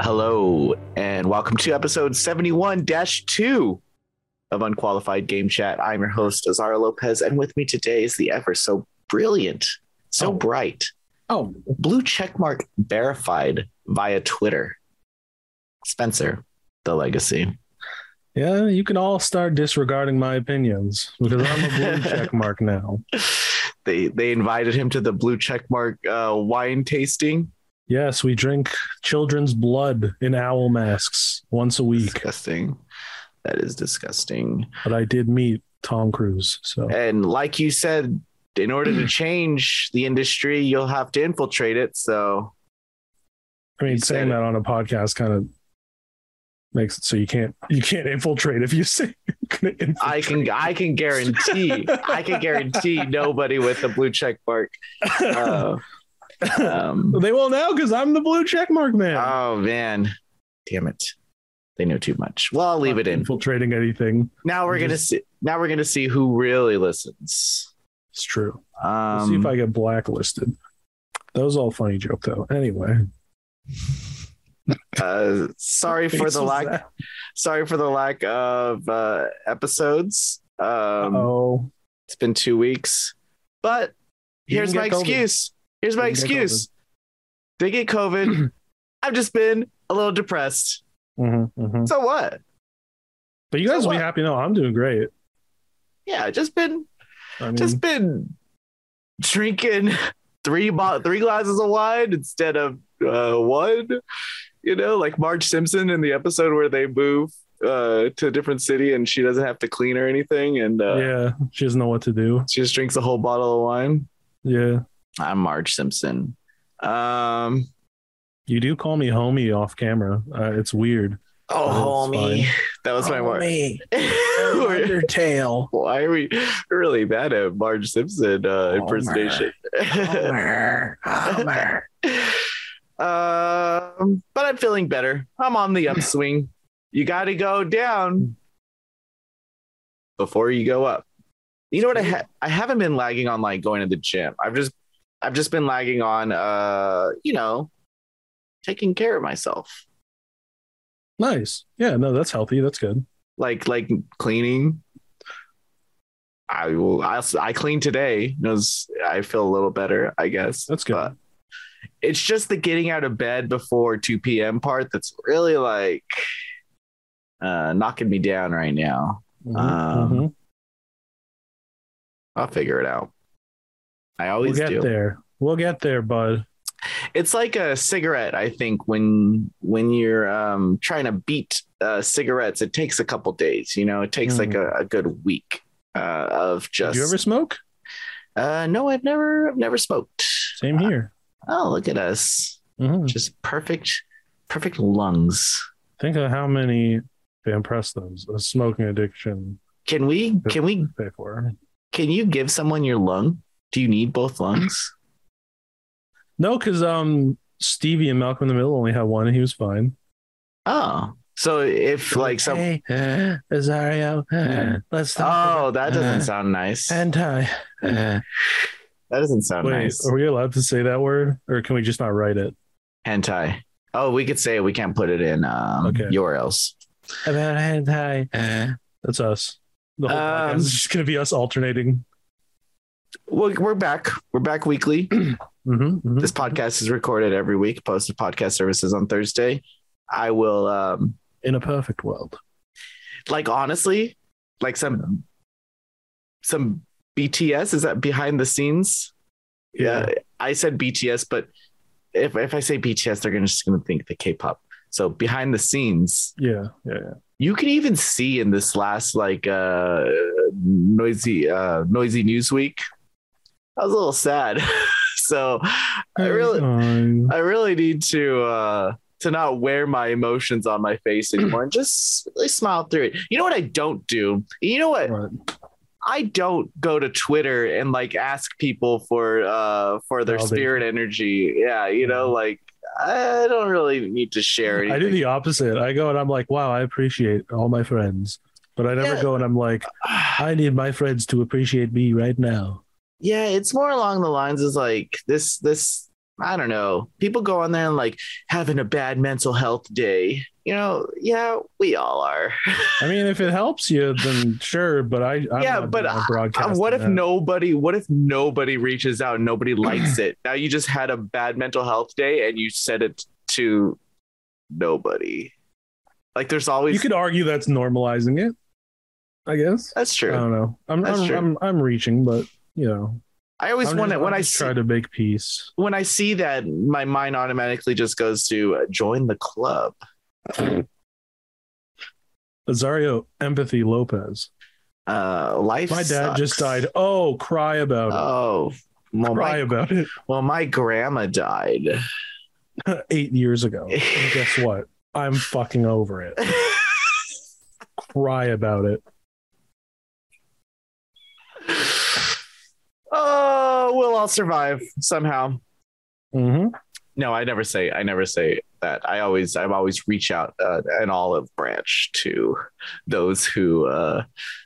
Hello, and welcome to episode 71 2 of Unqualified Game Chat. I'm your host, Azara Lopez, and with me today is the ever so brilliant, so Oh. bright, Oh, blue checkmark verified via Twitter, Spencer, the legacy. yeah, you can all start disregarding my opinions because I'm a blue check mark now. They, they invited him to the blue checkmark uh, wine tasting. Yes, we drink children's blood in owl masks once a week, Disgusting. That is disgusting. but I did meet Tom Cruise. So, And like you said, in order to change the industry, you'll have to infiltrate it. So I You mean, said saying it. that on a podcast kind of makes it so you can't you can't infiltrate if you say you're gonna infiltrate. I can I can guarantee I can guarantee nobody with a blue check mark. Uh, um, they will now because I'm the blue check mark man. oh man, damn it! They know too much. Well, I'll leave it in. infiltrating anything. Now we're gonna see. Now we're gonna see who really listens. It's true. We'll Um, see if I get blacklisted. That was all a funny joke though. Anyway, uh, sorry for This the was lack. that. Sorry for the lack of uh, episodes. Um, oh, It's been two weeks, but You here's my didn't get COVID. excuse. Here's my You didn't get excuse. They get COVID. I've just been a little depressed. So what? But you guys So will be what? happy. No, I'm doing great. Yeah, just been I mean, just been drinking three bo- three glasses of wine instead of uh, one. You know, like Marge Simpson in the episode where they move uh, to a different city and she doesn't have to clean or anything, and uh, yeah, she doesn't know what to do. she just drinks a whole bottle of wine. Yeah, I'm Marge Simpson. Um, you do call me homie off camera. Uh, it's weird. Oh, That's homie. That was Oh, my word. me. Oh, We're- Undertale. Why are we really bad at Marge Simpson uh, impersonation? Homer. Homer. um, but I'm feeling better. I'm on the upswing. You got to go down before you go up. You know what? I ha- I haven't been lagging on like going to the gym. I've just I've just been lagging on uh you know taking care of myself Nice. Yeah, no, that's healthy. That's good. like like cleaning. I will. I I clean today. Knows I feel a little better. I guess That's good. But it's just the getting out of bed before two p.m. part that's really like uh, knocking me down right now. Mhm, um, mhm. I'll figure it out. I We'll always get do. there. We'll get there, bud. It's like a cigarette. I think when when you're um, trying to beat uh, cigarettes, it takes a couple days. You know, it takes like a, a good week uh, of Mm. Did just. you ever smoke? Uh, no, I've never, I've never smoked. Same here. Oh, look at us, Mhm. just perfect, perfect lungs. Think of how many Vamprestos a smoking addiction Can we? Can we? could pay for. Can you give someone your lung? Do you need both lungs? No, because um Stevie and Malcolm in the Middle only had one, and he was fine. Oh, so if like some. hey, Azario, let's Oh, that Uh, doesn't sound nice. That anti. Wait, doesn't sound nice. are we allowed to say that word, or can we just not write it? Hentai. Oh, we could say it. We can't put it in um, Okay. URLs. About anti. That's us. The whole Uh. Um, podcast is just gonna be us alternating. We're, we're back. We're back weekly. Mhm, mhm. This podcast is recorded every week, posted podcast services on Thursday. I will um, in a perfect world. like honestly, like some some BTS is that behind the scenes? Yeah, I said BTS, but if if I say BTS, they're gonna just gonna think the K-pop. So behind the scenes, yeah, yeah, yeah. you can even see in this last like uh noisy uh noisy news week. I was a little sad. so I really Um, I really need to uh to not wear my emotions on my face anymore and just really smile through it. You know what I don't do? You know what? What? I don't go to Twitter and like ask people for uh for their Validation. spirit energy. Yeah, you know, like I don't really need to share anything. I do the opposite. I go and I'm like, wow, I appreciate all my friends, but I never Yeah. go and I'm like, e-, I need my friends to appreciate me right now. yeah, it's more along the lines of like this this I don't know. People go on there and like having a bad mental health day. You know, yeah, we all are. I mean, if it helps you, then sure. But I, I'm Yeah, not but gonna I- broadcast. what if that. nobody? What if nobody reaches out? and Nobody likes it. Now you just had a bad mental health day and you said it to nobody. Like there's always You could argue that's normalizing it. I guess. that's true. I don't know. I'm That's I'm, true. I'm I'm reaching, but you know, I always I'm want just- it I'm when I just see, try to make peace. when I see that my mind automatically just goes to uh, join the club. Azario Empathy Lopez. Uh, life. My dad sucks. just died. Oh, cry about it. Oh, well, cry my, about it. well, my grandma died. Eight years ago. And guess what? I'm fucking over it. Cry about it. oh, we'll all survive somehow. Mm-hmm. No, I never say. I never say that. I always, I always reach out uh, an olive branch to those who uh,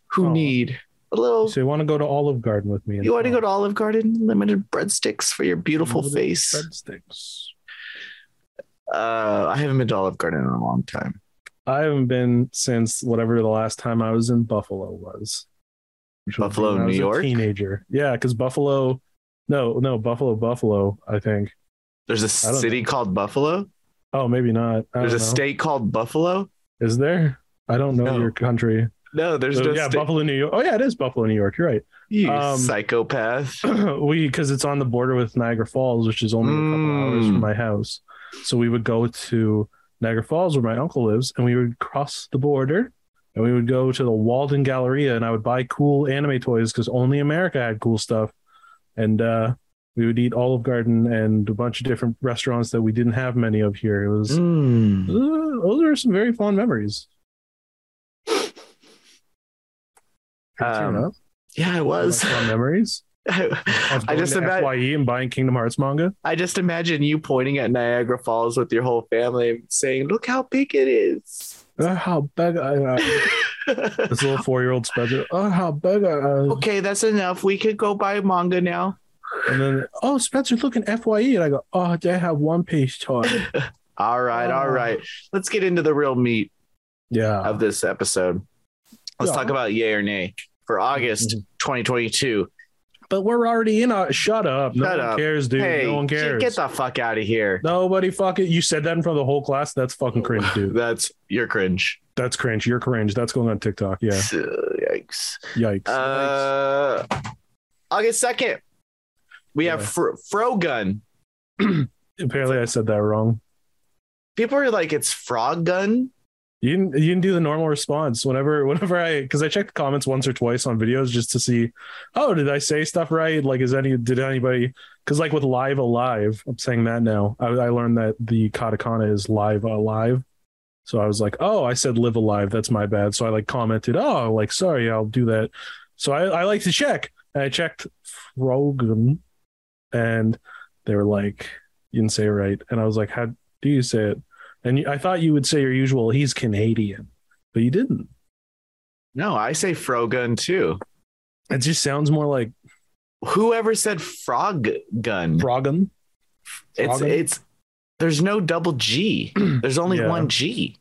who Oh. need a little So you want to go to Olive Garden with me? and- You want to go to Olive Garden? Limited breadsticks for your beautiful Limited face. breadsticks? Uh, I haven't been to Olive Garden in a long time. I haven't been since whatever the last time I was in Buffalo was. Which was Buffalo, when I was New a York? Teenager. Yeah, because Buffalo. No, no, Buffalo, Buffalo. I think. There's a I don't city called Buffalo. Oh, maybe not. I There's a don't know. state called Buffalo. Is there? I don't know No. your country. No, there's So, no yeah, state. Buffalo, New York. Oh yeah, it is Buffalo, New York. You're right. You Um, psychopath. we because it's on the border with Niagara Falls, which is only a couple hours Mm. from my house. So we would go to Niagara Falls where my uncle lives, and we would cross the border, and we would go to the Walden Galleria, and I would buy cool anime toys because only America had cool stuff, and uh, we would eat Olive Garden and a bunch of different restaurants that we didn't have many of here. It was Mm. uh, those are some very fond memories. Um, Turn up. Yeah, it was. Fond memories. I, Of I going just to imagine. FYE and buying Kingdom Hearts manga. I just imagine you pointing at Niagara Falls with your whole family, and saying, "Look how big it is." Uh, how big I am. uh, This little four year old Spencer. Oh, how big I am. okay, that's enough. We could go buy manga now. And then, oh, Spencer, look an FYE. And I go, oh, they have One Piece toy. All right, all Oh. right. Let's get into the real meat Yeah. of this episode. Let's Yeah. talk about yay or nay for August Mhm. 2022. But we're already in our. Shut up. no Shut one up. cares, dude. hey, no one get- cares. get the fuck out of here. Nobody fucking. You said that in front of the whole class. That's Oh. fucking cringe, dude. That's your cringe. That's cringe. You're cringe. That's going on TikTok. Yeah. So, yikes. Yikes. Uh, August 2nd, we Yeah. have Fro- Frogun. Yikes. Apparently, I said that wrong. People are like, it's Frog Gun. You didn't, you didn't do the normal response whenever whenever I because I checked the comments once or twice on videos just to see, oh, did I say stuff right? Like, is any did anybody? Because like with live alive, I'm saying that now. I, I learned that the katakana is live alive, so I was like, oh, I said live alive. That's my bad. So I like commented, oh, like sorry, I'll do that. So I, I like to check. And I checked Frogan, and they were like, you didn't say it right. And I was like, how do you say it? And you, I thought you would say your usual, he's Canadian, but you didn't. No, I say Frogun too. It just sounds more like Whoever said Frog Gun? Brogan. It's, Froggun? it's, there's no double G. There's only Yeah. one G.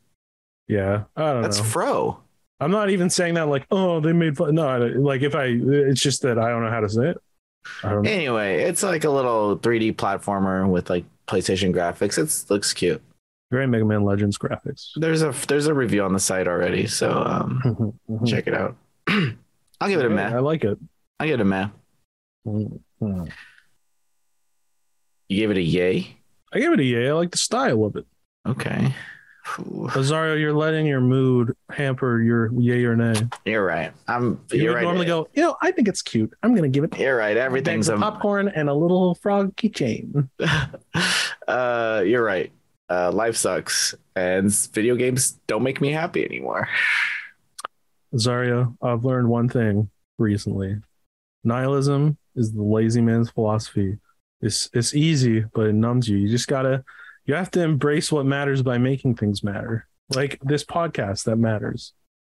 Yeah, I don't That's know. Fro. I'm not even saying that like, oh, they made fun. No, I don't- like if I, it's just that I don't know how to say it. I don't know. Anyway, it's like a little 3D platformer with like PlayStation graphics. It's looks cute. Very Mega Man Legends graphics. There's a there's a review on the site already, so um, Give check it out. I'll give it a I meh. like it. I'll give it a meh. Mhm. You gave it a yay. I give it a yay. I like the style of it. Okay. Phew. Azario, you're letting your mood hamper your yay or nay. You're right. I'm. You You're would right. normally go, you know, I think it's cute. I'm going to give it you're right. Everything's a a. popcorn and a little frog keychain. uh, you're right. Uh, life sucks, and video games don't make me happy anymore. Zarya, I've learned one thing recently. Nihilism is the lazy man's philosophy. It's it's easy, but it numbs you. You just gotta you have to embrace what matters by making things matter. Like this podcast that matters.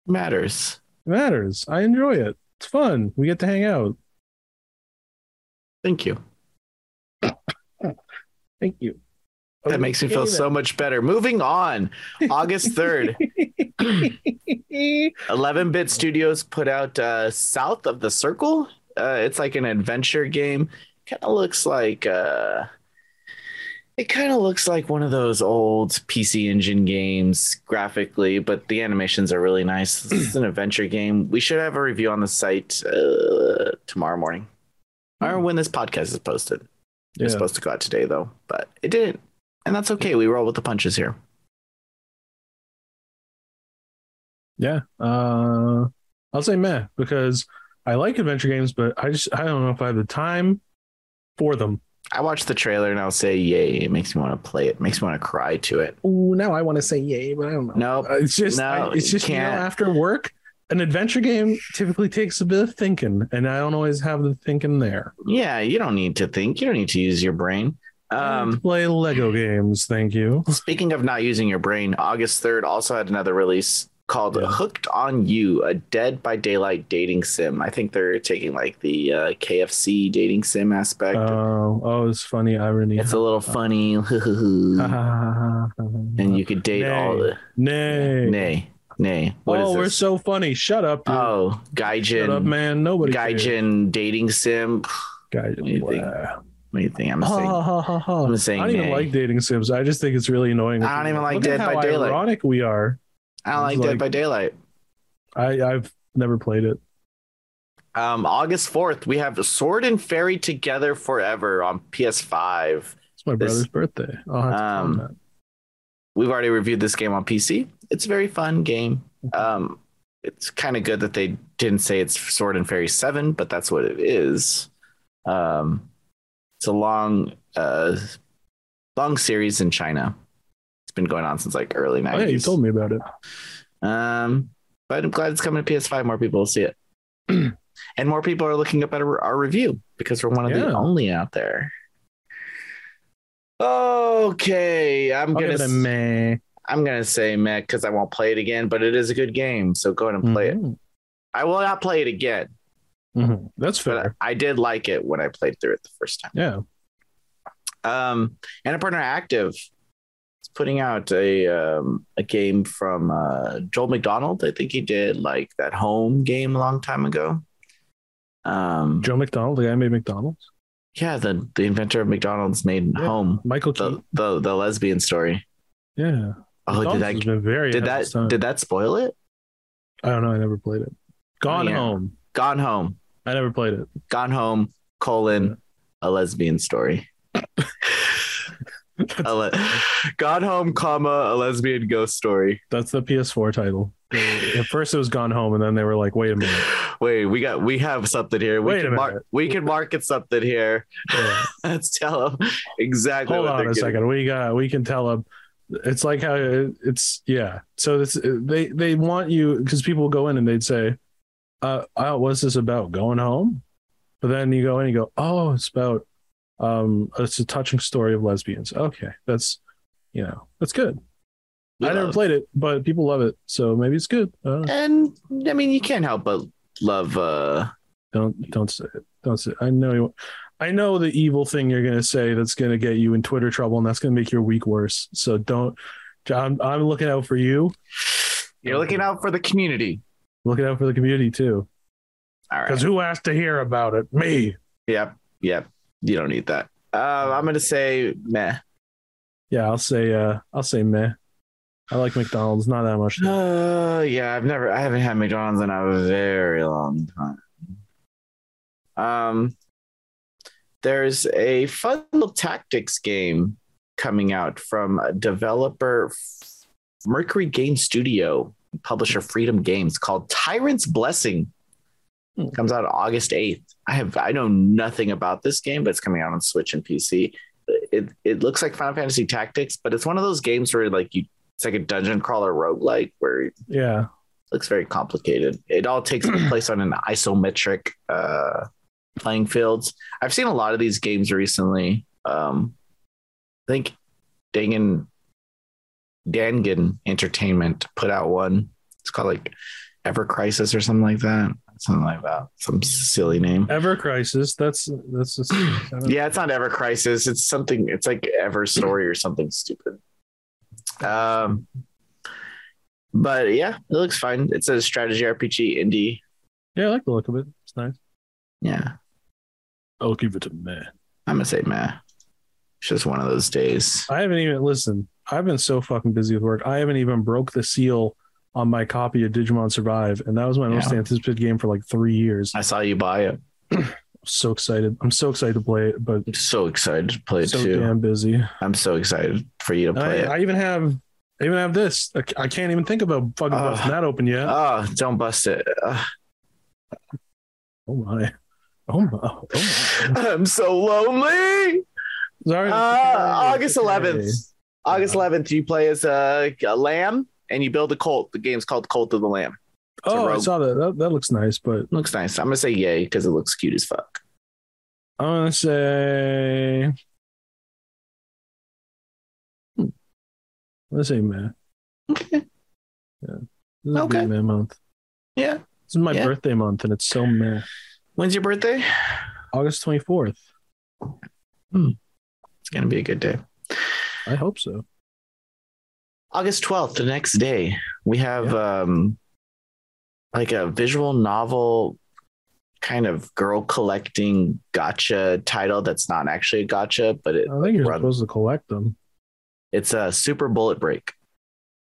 Matters. It matters. I enjoy it. It's fun. We get to hang out. Thank you. Thank you. Oh, That makes me feel so much better. Moving on, August 3rd, so. 11 Bit Studios put out uh, South of the Circle. Uh, it's like an adventure game. Kind of looks like. Uh, it kind of looks like one of those old PC Engine games graphically, but the animations are really nice. This is an adventure game. We should have a review on the site uh, tomorrow morning or when this podcast is posted. It was Yeah. supposed to go out today though, but it didn't. And that's okay. We roll with the punches here. Yeah. Uh I'll say meh because I like adventure games, but I just I don't know if I have the time for them. I watched the trailer and I'll say, yay. It makes me want to play it. makes me want to cry to it. Ooh, now I want to say yay, but I don't know. Nope. Uh, It's just No, I- it's you just you know, can't. after work, an adventure game typically takes a bit of thinking, and I don't always have the thinking there. Yeah, you don't need to think. You don't need to use your brain. I Um, play Lego games, thank you. Speaking of not using your brain, August 3rd also had another release called Yeah. Hooked on You, a Dead by Daylight dating sim. I think they're taking like the uh, KFC dating sim aspect. Oh, Uh-huh. oh, it's funny irony. it's a little funny. and and you could date Uh-huh. Nay. all the. nay. Nay. Nay. What is oh, we're this? so funny. Shut up. dude. oh, Shut up, Gaijin. man. Nobody. cares. Gaijin dating sim. Guy- What do you think? Wow. What do you think I'm Ha, saying? ha, ha, ha, ha. I'm saying Oh, I don't even nay. like dating sims. I just think it's really annoying. I don't even like Look Dead at how by Daylight. ironic we are. I don't like It's Dead like- by Daylight. I, I've never played it. Um, August 4th, we have Sword and Fairy Together Forever on PS5. It's This- my um, brother's birthday. I'll have to tell him that. we've already reviewed this game on PC. It's a very fun game. Mm-hmm. Um, it's kind of good that they didn't say it's Sword and Fairy Seven, but that's what it is. Um, it's a long, uh, long series in China. It's been going on since like early Oh, yeah, you nineties. told me about it. um, but I'm glad it's coming to PS5. More people will see it, and more people are looking up at our, our review because we're one of Yeah. the only out there. Okay, I'm I'll gonna give it a s- meh. I'm gonna say meh because I won't play it again, but it is a good game, so go ahead and play it. Mhm. I will not play it again, Mhm. That's fair. but I did like it when I played through it the first time. Yeah. Um, and a partner active is putting out a um, a game from uh, Joel McDonald. I think he did like that home game a long time ago. Um, Joe McDonald, the guy who made McDonald's. yeah, the the inventor of McDonald's made Yeah. home Michael the, Keaton. the the lesbian story. Yeah. Oh, did McDonald's that has been very did ahead of its that time. did that spoil it? I don't know. I never played it. Gone yeah. Home. Gone home. I never played it. Gone Home, colon, a lesbian story. A le- Gone Home, comma, a lesbian ghost story. That's the PS4 title. They- At first, it was Gone Home, and then they were like, "Wait a minute." Wait, we got we have something here. We Wait a can minute. mark we can market something here. Yeah. Let's tell them exactly Hold what on they're a getting. second. We got. We can tell them. It's like how it- it's yeah. So this they they want you because people go in and they'd say, "Uh, uh, what's this about? Going home?" But then you go in and you go, "Oh, it's about um, it's a touching story of lesbians." Okay, that's you know that's good. We I never love- played it, but people love it, so maybe it's good. I don't know. And I mean, you can't help but love. uh Don't don't say it. Don't say it. I know you. I know the evil thing you're gonna say that's gonna get you in Twitter trouble and that's gonna make your week worse. So don't. I'm I'm looking out for you. You're looking out for the community. Looking out for the community too. All right. Because who asked to hear about it? Me. Yep. Yep. You don't need that. Uh, I'm gonna say meh. Yeah, I'll say. Uh, I'll say meh. I like McDonald's. Not that much. Uh, yeah, I've never, I haven't had McDonald's in a very long time. Um, there's a fun little tactics game coming out from a developer F- Mercury Game Studio, publisher Freedom Games, called Tyrant's Blessing. Hmm. Comes out August 8th. I have, I know nothing about this game, but it's coming out on Switch and PC. It, it looks like Final Fantasy Tactics, but it's one of those games where like you it's like a dungeon crawler roguelike where it Yeah. looks very complicated. It all takes place on an isometric uh, playing fields. I've seen a lot of these games recently. Um, I think Dangan Dangan Entertainment put out one. It's called like Ever Crisis or something like that. something like that. Some silly name. Ever Crisis. That's that's just, Yeah, it's not Ever Crisis. It's something. It's like Ever Story or something stupid. Um, but yeah, it looks fine. It's a strategy RPG indie. Yeah, I like the look of it. It's nice. Yeah, I'll give it a man. I'm gonna say meh. It's just one of those days. I haven't even listen. I've been so fucking busy with work. I haven't even broke the seal on my copy of Digimon Survive, and that was my most Yeah. anticipated game for like three years. I'm I saw you buy it. so excited. I'm so excited to play it, but I'm so excited to play it so too. damn busy. I'm so excited for you to I, play it. I even have, I even have this. I, I can't even think about fucking Ugh. busting that open yet. Oh, don't bust it. Ugh. oh my. Oh my. Oh my. I'm so lonely. Sorry. Uh, August Okay. 11th. August 11th, you play as a, a lamb and you build a cult. The game's called Cult of the Lamb. a Oh, I rogue. saw that. that. That looks nice, but Looks nice. I'm gonna say yay because it looks cute as fuck. I'm gonna say. Hmm. I'm gonna say man. Okay. This is Okay. okay. man month. Yeah. This is my Yeah. birthday month, and it's so meh. When's your birthday? August twenty fourth. It's gonna be a good day. I hope so. August 12th, the next day, we have um like a visual novel kind of girl collecting gotcha title that's not actually a gotcha, but it, I think you're run. supposed to collect them. it's a super bullet break.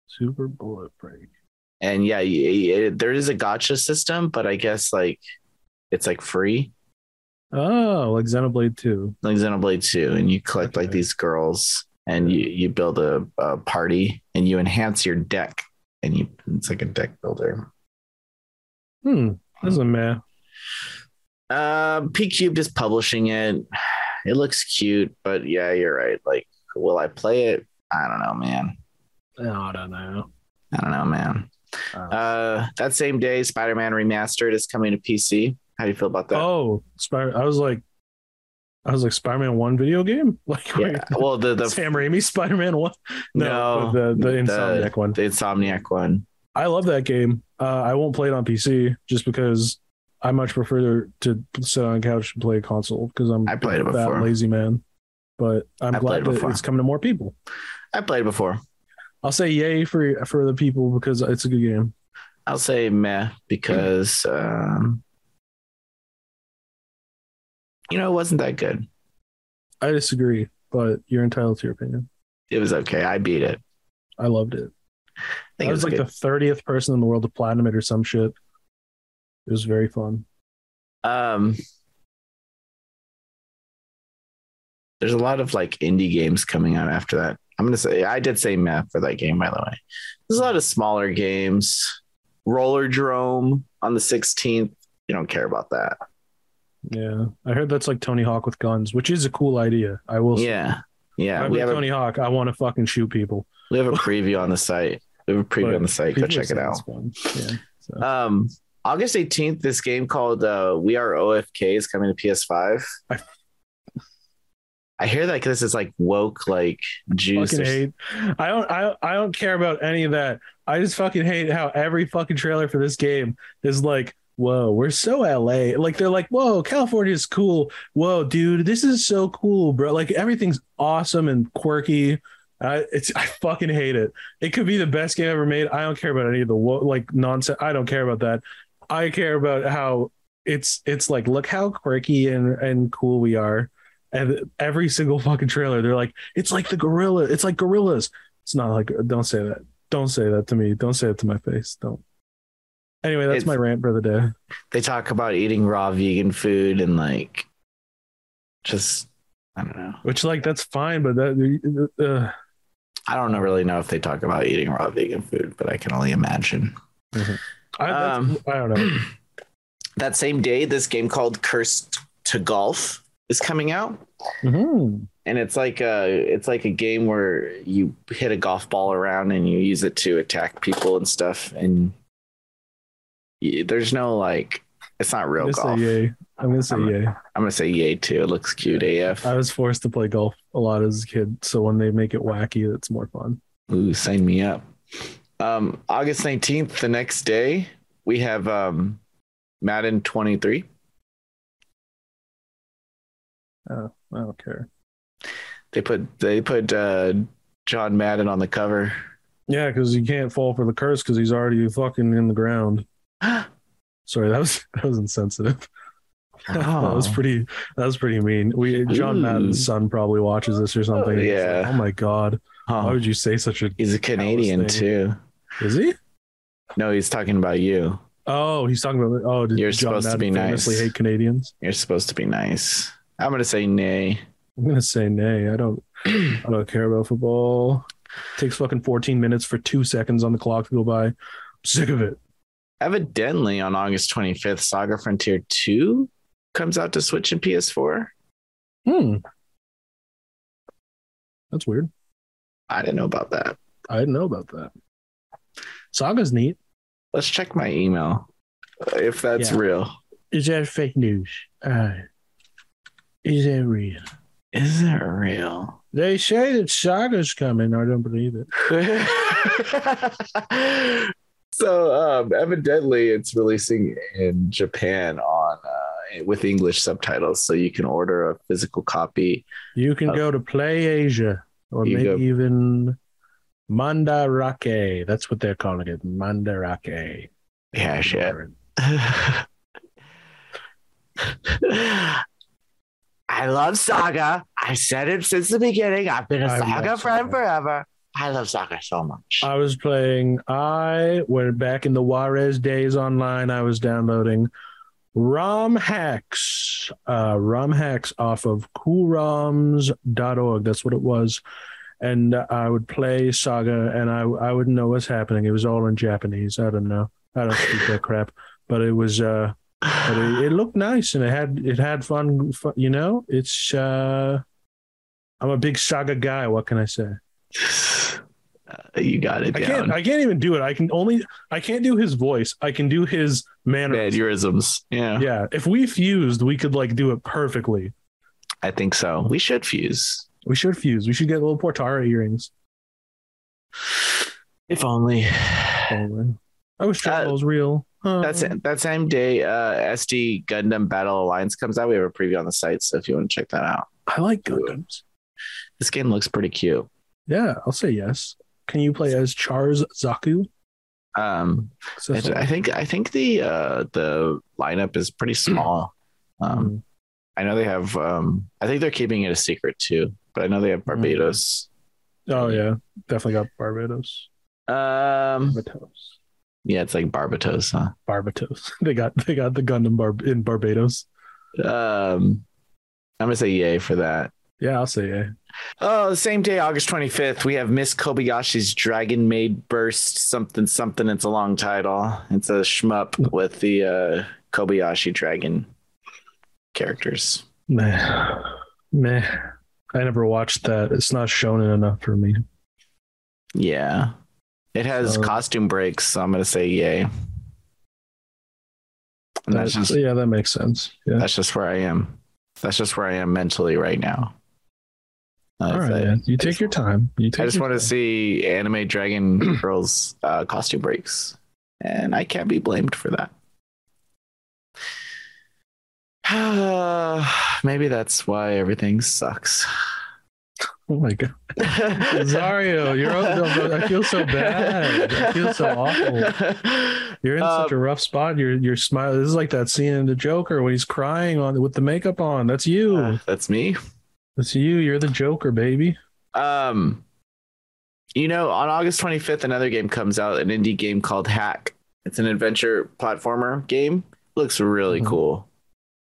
Super bullet break. and yeah, y- y- it- there is a gotcha system, but I guess like it's like free, Oh, like Xenoblade two. like Xenoblade Two, and you collect like Okay. these girls, and you you build a, a party, and you enhance your deck, and you it's like a deck builder. Hmm. This is a meh. Um, P Cubed is publishing it. It looks cute, but yeah, you're right. Like, will I play it? I don't know, man. I don't know. I don't know, man. Uh, that same day, Spider-Man Remastered is coming to PC. How do you feel about that? oh, Spider. I was like, I was like Spider Man one video game. Like yeah. Well, the the Sam Raimi Spider Man one. No, the the the- Insomniac one. the Insomniac one. I love that game. Uh, I won't play it on PC just because I much prefer to sit on a couch and play a console because I'm I played it that before. lazy man. But I'm I glad played it that before. it's coming to more people. I played before. I'll say yay for for the people because it's a good game. I'll say meh because um, you know it wasn't that good. I disagree, but you're entitled to your opinion. It was okay. I beat it. I loved it. I think I it was was like good. the thirtieth person in the world to platinum it or some shit. It was very fun. um, there's a lot of like indie games coming out after that. I'm gonna say I did say meh for that game. By the way, there's a lot of smaller games. Roller Drome on the 16th. You don't care about that. Yeah, I heard that's like Tony Hawk with guns, which is a cool idea. I will. say. Yeah, yeah. I'm We like have a Tony Hawk. I want to fucking shoot people. We have a preview on the site. We have a preview on the site. Go check it out. Yeah. So. Um, August 18th, this game called uh, We Are OFK is coming to PS5. I hear that 'cause this is like woke, like Jews. fucking hate. I don't. I I don't care about any of that. I just fucking hate how every fucking trailer for this game is like, whoa, we're so LA. Like they're like, whoa, California is cool. Whoa, dude, this is so cool, bro. Like everything's awesome and quirky. I it's I fucking hate it. It could be the best game ever made. I don't care about any of the wo- like nonsense. I don't care about that. I care about how it's it's like look how quirky and and cool we are. And every single fucking trailer, they're like, it's like the gorilla. It's like gorillas. It's not like. Don't say that. Don't say that to me. Don't say it to my face. Don't. Anyway, that's It's- my rant for the day. They talk about eating raw vegan food and like just, I don't know. Which, like, that's fine, but that. Uh, I don't know, really know if they talk about eating raw vegan food, but I can only imagine. I, that's- Um, I don't know. That same day, this game called Cursed to Golf is coming out. Mhm. and it's like a it's like a game where you hit a golf ball around and you use it to attack people and stuff and y- there's no like it's not I'm real gonna golf say yay. I'm gonna say I'm- yay. i'm gonna say yay too it looks cute af I was forced to play golf a lot as a kid, so when they make it wacky, it's more fun. ooh sign me up um august 19th the next day we have um Madden 23. I don't care. They put they put uh, John Madden on the cover. Yeah, because you can't fall for the curse because he's already fucking in the ground. Oh, Sorry, that was that was insensitive. that was Oh. pretty. That was pretty mean. We John Ooh. Madden's son probably watches this or something. He's like, yeah. Oh. oh my god, Huh. why would you say such a? He's a Canadian thing. too. Is he? No, he's talking about you. Oh, he's talking about. Oh, did You're John supposed to Madden be famously nice. hate Canadians? You're supposed to be nice. I'm gonna say nay. I'm gonna say nay. I don't. I don't care about football. takes fucking 14 minutes for two seconds on the clock to go by. I'm sick of it. Evidently, on August 25th, Saga Frontier 2 comes out to Switch and PS4. Hmm. That's weird. I didn't know about that. I didn't know about that. Saga's neat. Let's check my email uh, if that's Yeah. real. Is that fake news? Uh, is that real? Is that real? They say that Saga's coming. I don't believe it. so um, evidently it's releasing in japan on uh, with english subtitles so you can order a physical copy You can Oh. go to Play Asia or You maybe go- even Mandarake. That's what they're calling it. Mandarake. yeah shit i love saga i've said it since the beginning i've been a I love saga friend Saga. Uh, forever i love saga so much I was playing. I when back in the Juarez days online. I was downloading ROM hacks, uh, ROM hacks off of coolroms.org. That's what it was. And I would play Saga, and I I wouldn't know what's happening. It was all in Japanese. I don't know. I don't speak that crap. But it was. Uh, but it, it looked nice, and it had it had fun. fun you know, it's. Uh, I'm a big Saga guy. What can I say? Uh, you got it I down can't. I can't even do it. I can only. I can't do his voice. I can do his manner. mannerisms yeah Yeah. If we fused, we could like do it perfectly. i think so we should fuse We should fuse. We should get little Portara earrings. if only Probably. I wish Dragon Uh, Ball's real. Huh. That's that same day, uh, SD Gundam Battle Alliance comes out. We have a preview on the site, so if you want to check that out, I like Gundams. this game looks pretty cute. Yeah, I'll say yes. Can you play as Char's Zaku? Um, 'Cause it- that's all- I think I think the uh, the lineup is pretty small. Um, Mhm. I know they have. Um, I think they're keeping it a secret too, but I know they have Barbados. oh yeah, definitely got Barbados. Um, Barbados. yeah, it's like Barbados, huh? Barbados. they got they got the Gundam bar in Barbados. Um, I'm gonna say yay for that. Yeah, I'll say yeah. Oh, the same day, August 25th, we have Miss Kobayashi's Dragon Maid Burst something something. It's a long title. It's a shmup with the uh, Kobayashi Dragon characters. Meh. Meh. I never watched that. It's not shonen enough for me. Yeah. It has Uh, costume breaks, so I'm going to say yay. And that's That's- just, yeah, that makes sense. Yeah. that's just where I am. That's just where I am mentally right now. Uh, All right, I- man. You I take just- your time. You take I just your want to time. see anime Dragon Girls uh, costume breaks, and I can't be blamed for that. Maybe that's why everything sucks. Oh my god, Zario, you're. oh, I feel so bad. I feel so awful. You're in Uh, such a rough spot. You're you're smiling. This is like that scene in The Joker when he's crying on with the makeup on. That's you. Uh, that's me. That's you. You're the Joker, baby. Um, you know, on August 25th, another game comes out, an indie game called Hack. It's an adventure platformer game. Looks really Mhm. cool.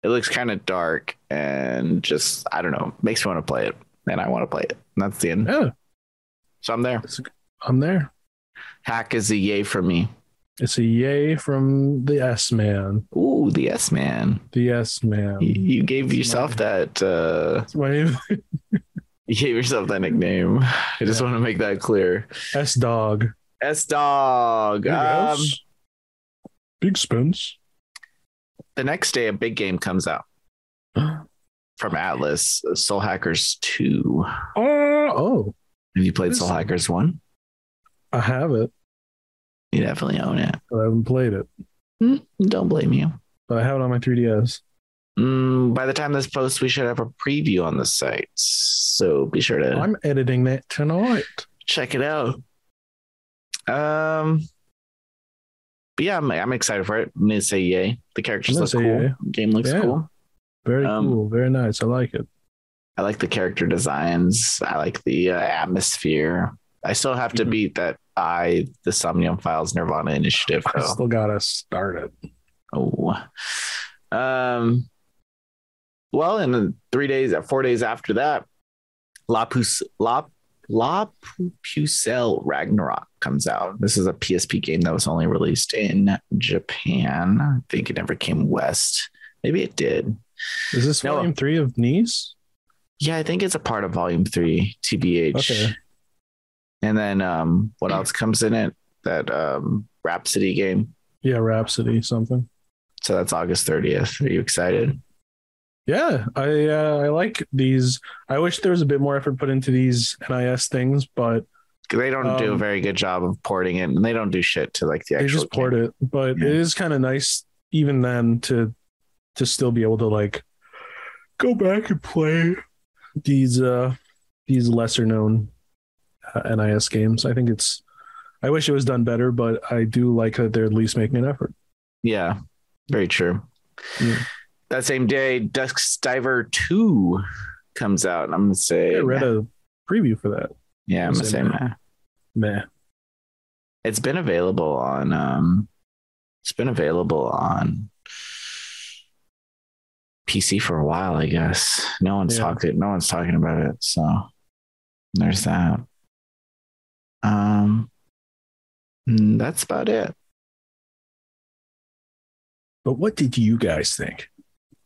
It looks kind of dark and just I don't know, makes me want to play it, and I want to play it. And that's the end. Yeah, So I'm there. I'm there. Hack is a yay for me. It's a yay from the S man. Ooh, the S man. The S Um, man. You, you gave That's yourself that. Uh, That's my name. you gave yourself that nickname. I just Yeah. want to make that clear. S dog. S dog. Big Um, S. Um, Big Spence. the next day, a big game comes out. Uh, from Atlas, Soul Hackers 2. Oh, oh, Have you played This- Soul Hackers 1? I have it, You definitely own it. but I haven't played it. Hmm, Don't blame you. but I have it on my 3DS. Mm, by the time this posts, we should have a preview on the site. So be sure to I'm editing that tonight. check it out. Um, but yeah, I'm, I'm excited for it. I'm gonna say yay. The characters I'm gonna look say cool. yay. Game looks Yeah. cool. Very Um, cool. Very nice. I like it. I like the character designs. I like the uh, atmosphere. I still have to Mhm. beat that I the Somnium Files Nirvana Initiative. I though. still gotta start it. Oh. Um well in the three days uh, four days after that, La Pus La La Pucelle Ragnarok comes out. This is a PSP game that was only released in Japan. I think it never came west. Maybe it did. Is this No. volume three of Nice? Yeah, I think it's a part of volume three, TBH. Okay. And then um what else comes in it? That um Rhapsody game. Yeah, Rhapsody something. So that's August 30th. Are you excited? Yeah, I uh, I like these. I wish there was a bit more effort put into these NIS things, but 'Cause They don't do a Um, very good job of porting it, and they don't do shit to like the they actual. just poured it. But Yeah. it is kind of nice even then to to still be able to like go back and play these uh these lesser known uh, NIS games. I think it's I wish it was done better, but I do like that they're at least making an effort. Yeah, very true. Yeah. That same day, Dusk's Diver Two comes out, and I'm gonna say, I read a preview for that. yeah, I'm gonna Same say, day. meh. Meh. it's been available on, um, it's been available on PC for a while, I guess. No one's Yeah. talked it. No one's talking about it, so there's that. Um, mm, that's about it. But what did you guys think?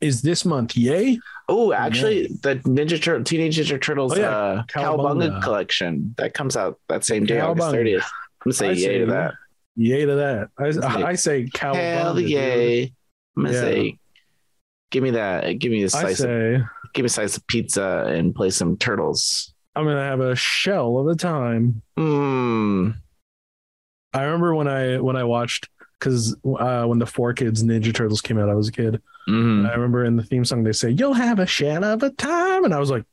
Is this month yay? Oh, actually, the Ninja Turtle, Teenage Ninja Turtles, Oh, yeah. uh, Cowabunga. Cowabunga. collection that comes out that same day, August Cowabunga. thirtieth. I'm gonna say I yay say to that. Yay to that. I, I say cowabunga. Hell dude. yay! I'm gonna Yeah. say, give me that. Give me a I slice. Of, say give me a slice of pizza and play some turtles. I'm gonna have a shell of a time. Mmm. I remember when I when I watched because uh, when the Four Kids Ninja Turtles came out, I was a kid. Mm. And I remember in the theme song they say "You'll have a shell of a time," and I was like,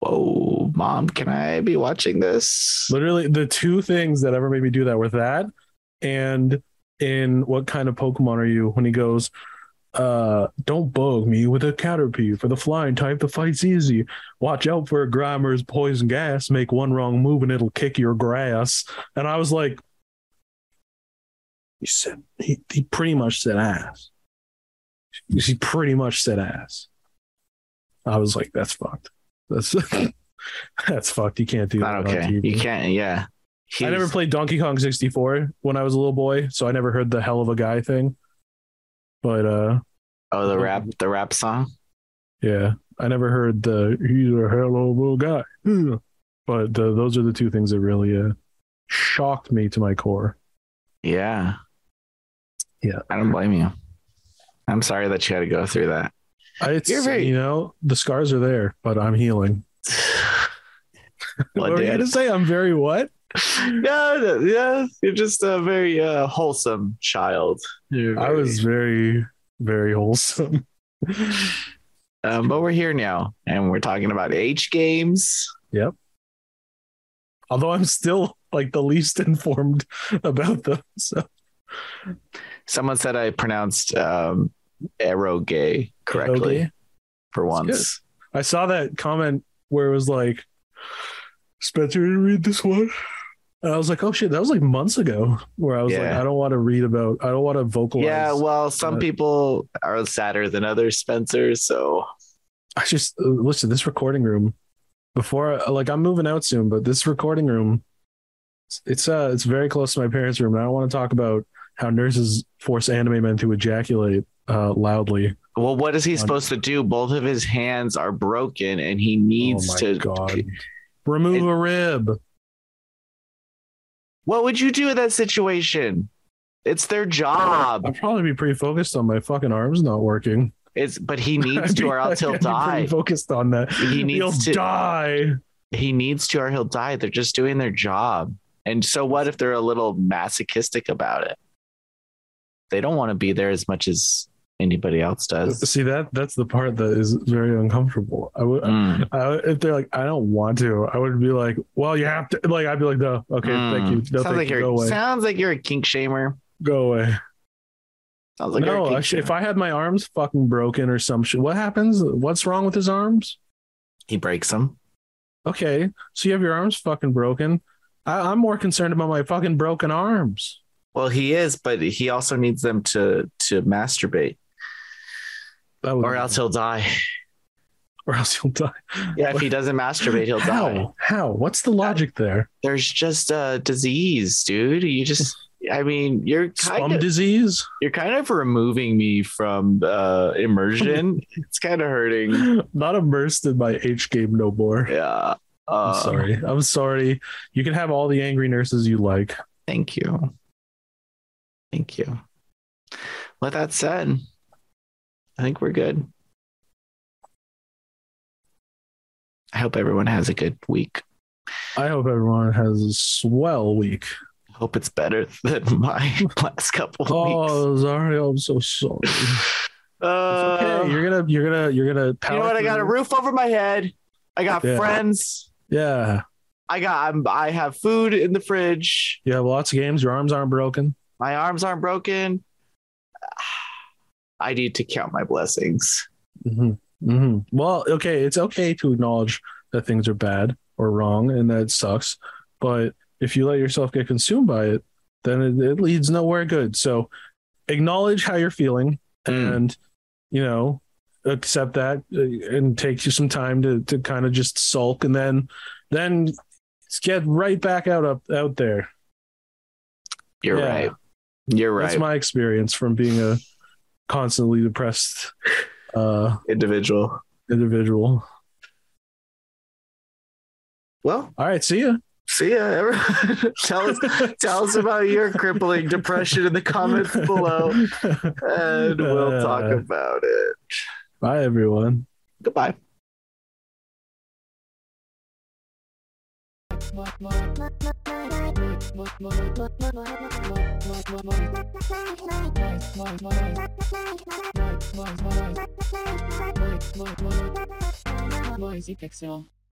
Whoa, mom! Can I be watching this? literally the two things that ever made me do that were that and in what kind of Pokemon are you when he goes. Uh, don't bug me with a Caterpie for the flying type. The fight's easy. Watch out for a Grimer's poison gas. Make one wrong move and it'll kick your grass. And I was like, he said he, he pretty much said ass. He pretty much said ass. I was like, that's fucked. That's that's fucked. You can't do Not that on okay. TV. You can't. Yeah. I He's- never played Donkey Kong 64 when I was a little boy, so I never heard the hell of a guy thing. But uh Oh, the rap. The rap song. yeah, I never heard the he's a hell of a guy. Hmm. But the, those are the two things that really uh, shocked me to my core. Yeah. Yeah. I don't blame you. I'm sorry that you had to go through that. I, it's, You're very- you know, the scars are there, but I'm healing. Well, what were you Dan- going to say? I'm very what? no, no, yeah, you're just a very uh, wholesome child. You're I very- was very, very wholesome. um, but we're here now, and we're talking about H games. Although I'm still like the least informed about them. So Someone said I pronounced um, eroge correctly Okay. for good. once. I saw that comment where it was like, Spencer, you read this one? And I was like, oh shit, that was like months ago where I was like, Yeah. I don't want to read about, I don't want to vocalize. Yeah, well, some Uh, people are sadder than others, Spencer. So I just, uh, listen, this recording room, before, I- like I'm moving out soon, but this recording room, it's- it's uh, it's very close to my parents' room. And I don't want to talk about how nurses force anime men to ejaculate uh, loudly. Well, what is he On- supposed to do? Both of his hands are broken, and he needs oh my to. God. It- Remove a rib. What would you do in that situation? It's their job. I'd probably be pretty focused on my fucking arms not working. It's but he needs to, or else he'll I'd be pretty die. Focused on that, He needs to- he'll die. He needs to, or he'll die. They're just doing their job. And so, what if they're a little masochistic about it? They don't want to be there as much as anybody else does. See that that's the part that is very uncomfortable. I would Mm. I, if they're like I don't want to, I would be like, well, you have to. Like I'd be like, no, okay, Mm. thank you. No, sounds thank like you. you're Go away. sounds like you're a kink shamer. Go away. Sounds like you're a no, kink actually, shamer. if I had my arms fucking broken or some shit, what happens? What's wrong with his arms? he breaks them. Okay, so you have your arms fucking broken. I, I'm more concerned about my fucking broken arms. Well, he is, but he also needs them to to masturbate, That would, or else he'll die. or else you'll die. Yeah, if he doesn't masturbate, he'll How? die. How? What's the logic there? There's just a disease, dude. You just, I mean, you're Slum kind of disease? you're kind of removing me from uh, immersion. it's kind of hurting. Not immersed in my H game no more. Yeah. Uh, I'm sorry. I'm sorry. You can have all the angry nurses you like. Thank you. Thank you. With that said, I think we're good. I hope everyone has a good week. I hope everyone has a swell week. hope it's better than my last couple of weeks. Oh, sorry. I'm so sorry. Oh, It's Uh, okay. You're gonna. You're gonna. You're gonna. you power know what? I got a through. roof over my head. I got Yeah. friends. Yeah. I got. I'm, I have food in the fridge. You have lots of games. Your arms aren't broken. My arms aren't broken. I need to count my blessings. hmm hmm Well, okay, it's okay to acknowledge that things are bad or wrong and that it sucks, but if you let yourself get consumed by it, then it, it leads nowhere good. So acknowledge how you're feeling Mm. and, you know, accept that uh, and take you some time to, to kind of just sulk and then, then get right back out up out there. You're Yeah. right. You're right. That's my experience from being a constantly depressed uh individual. individual. Well, All right, see ya. see ya. Everyone. tell us, tell us about your crippling depression in the comments below, and we'll talk Uh. about it. Bye, everyone. Goodbye. Noisy Pixel.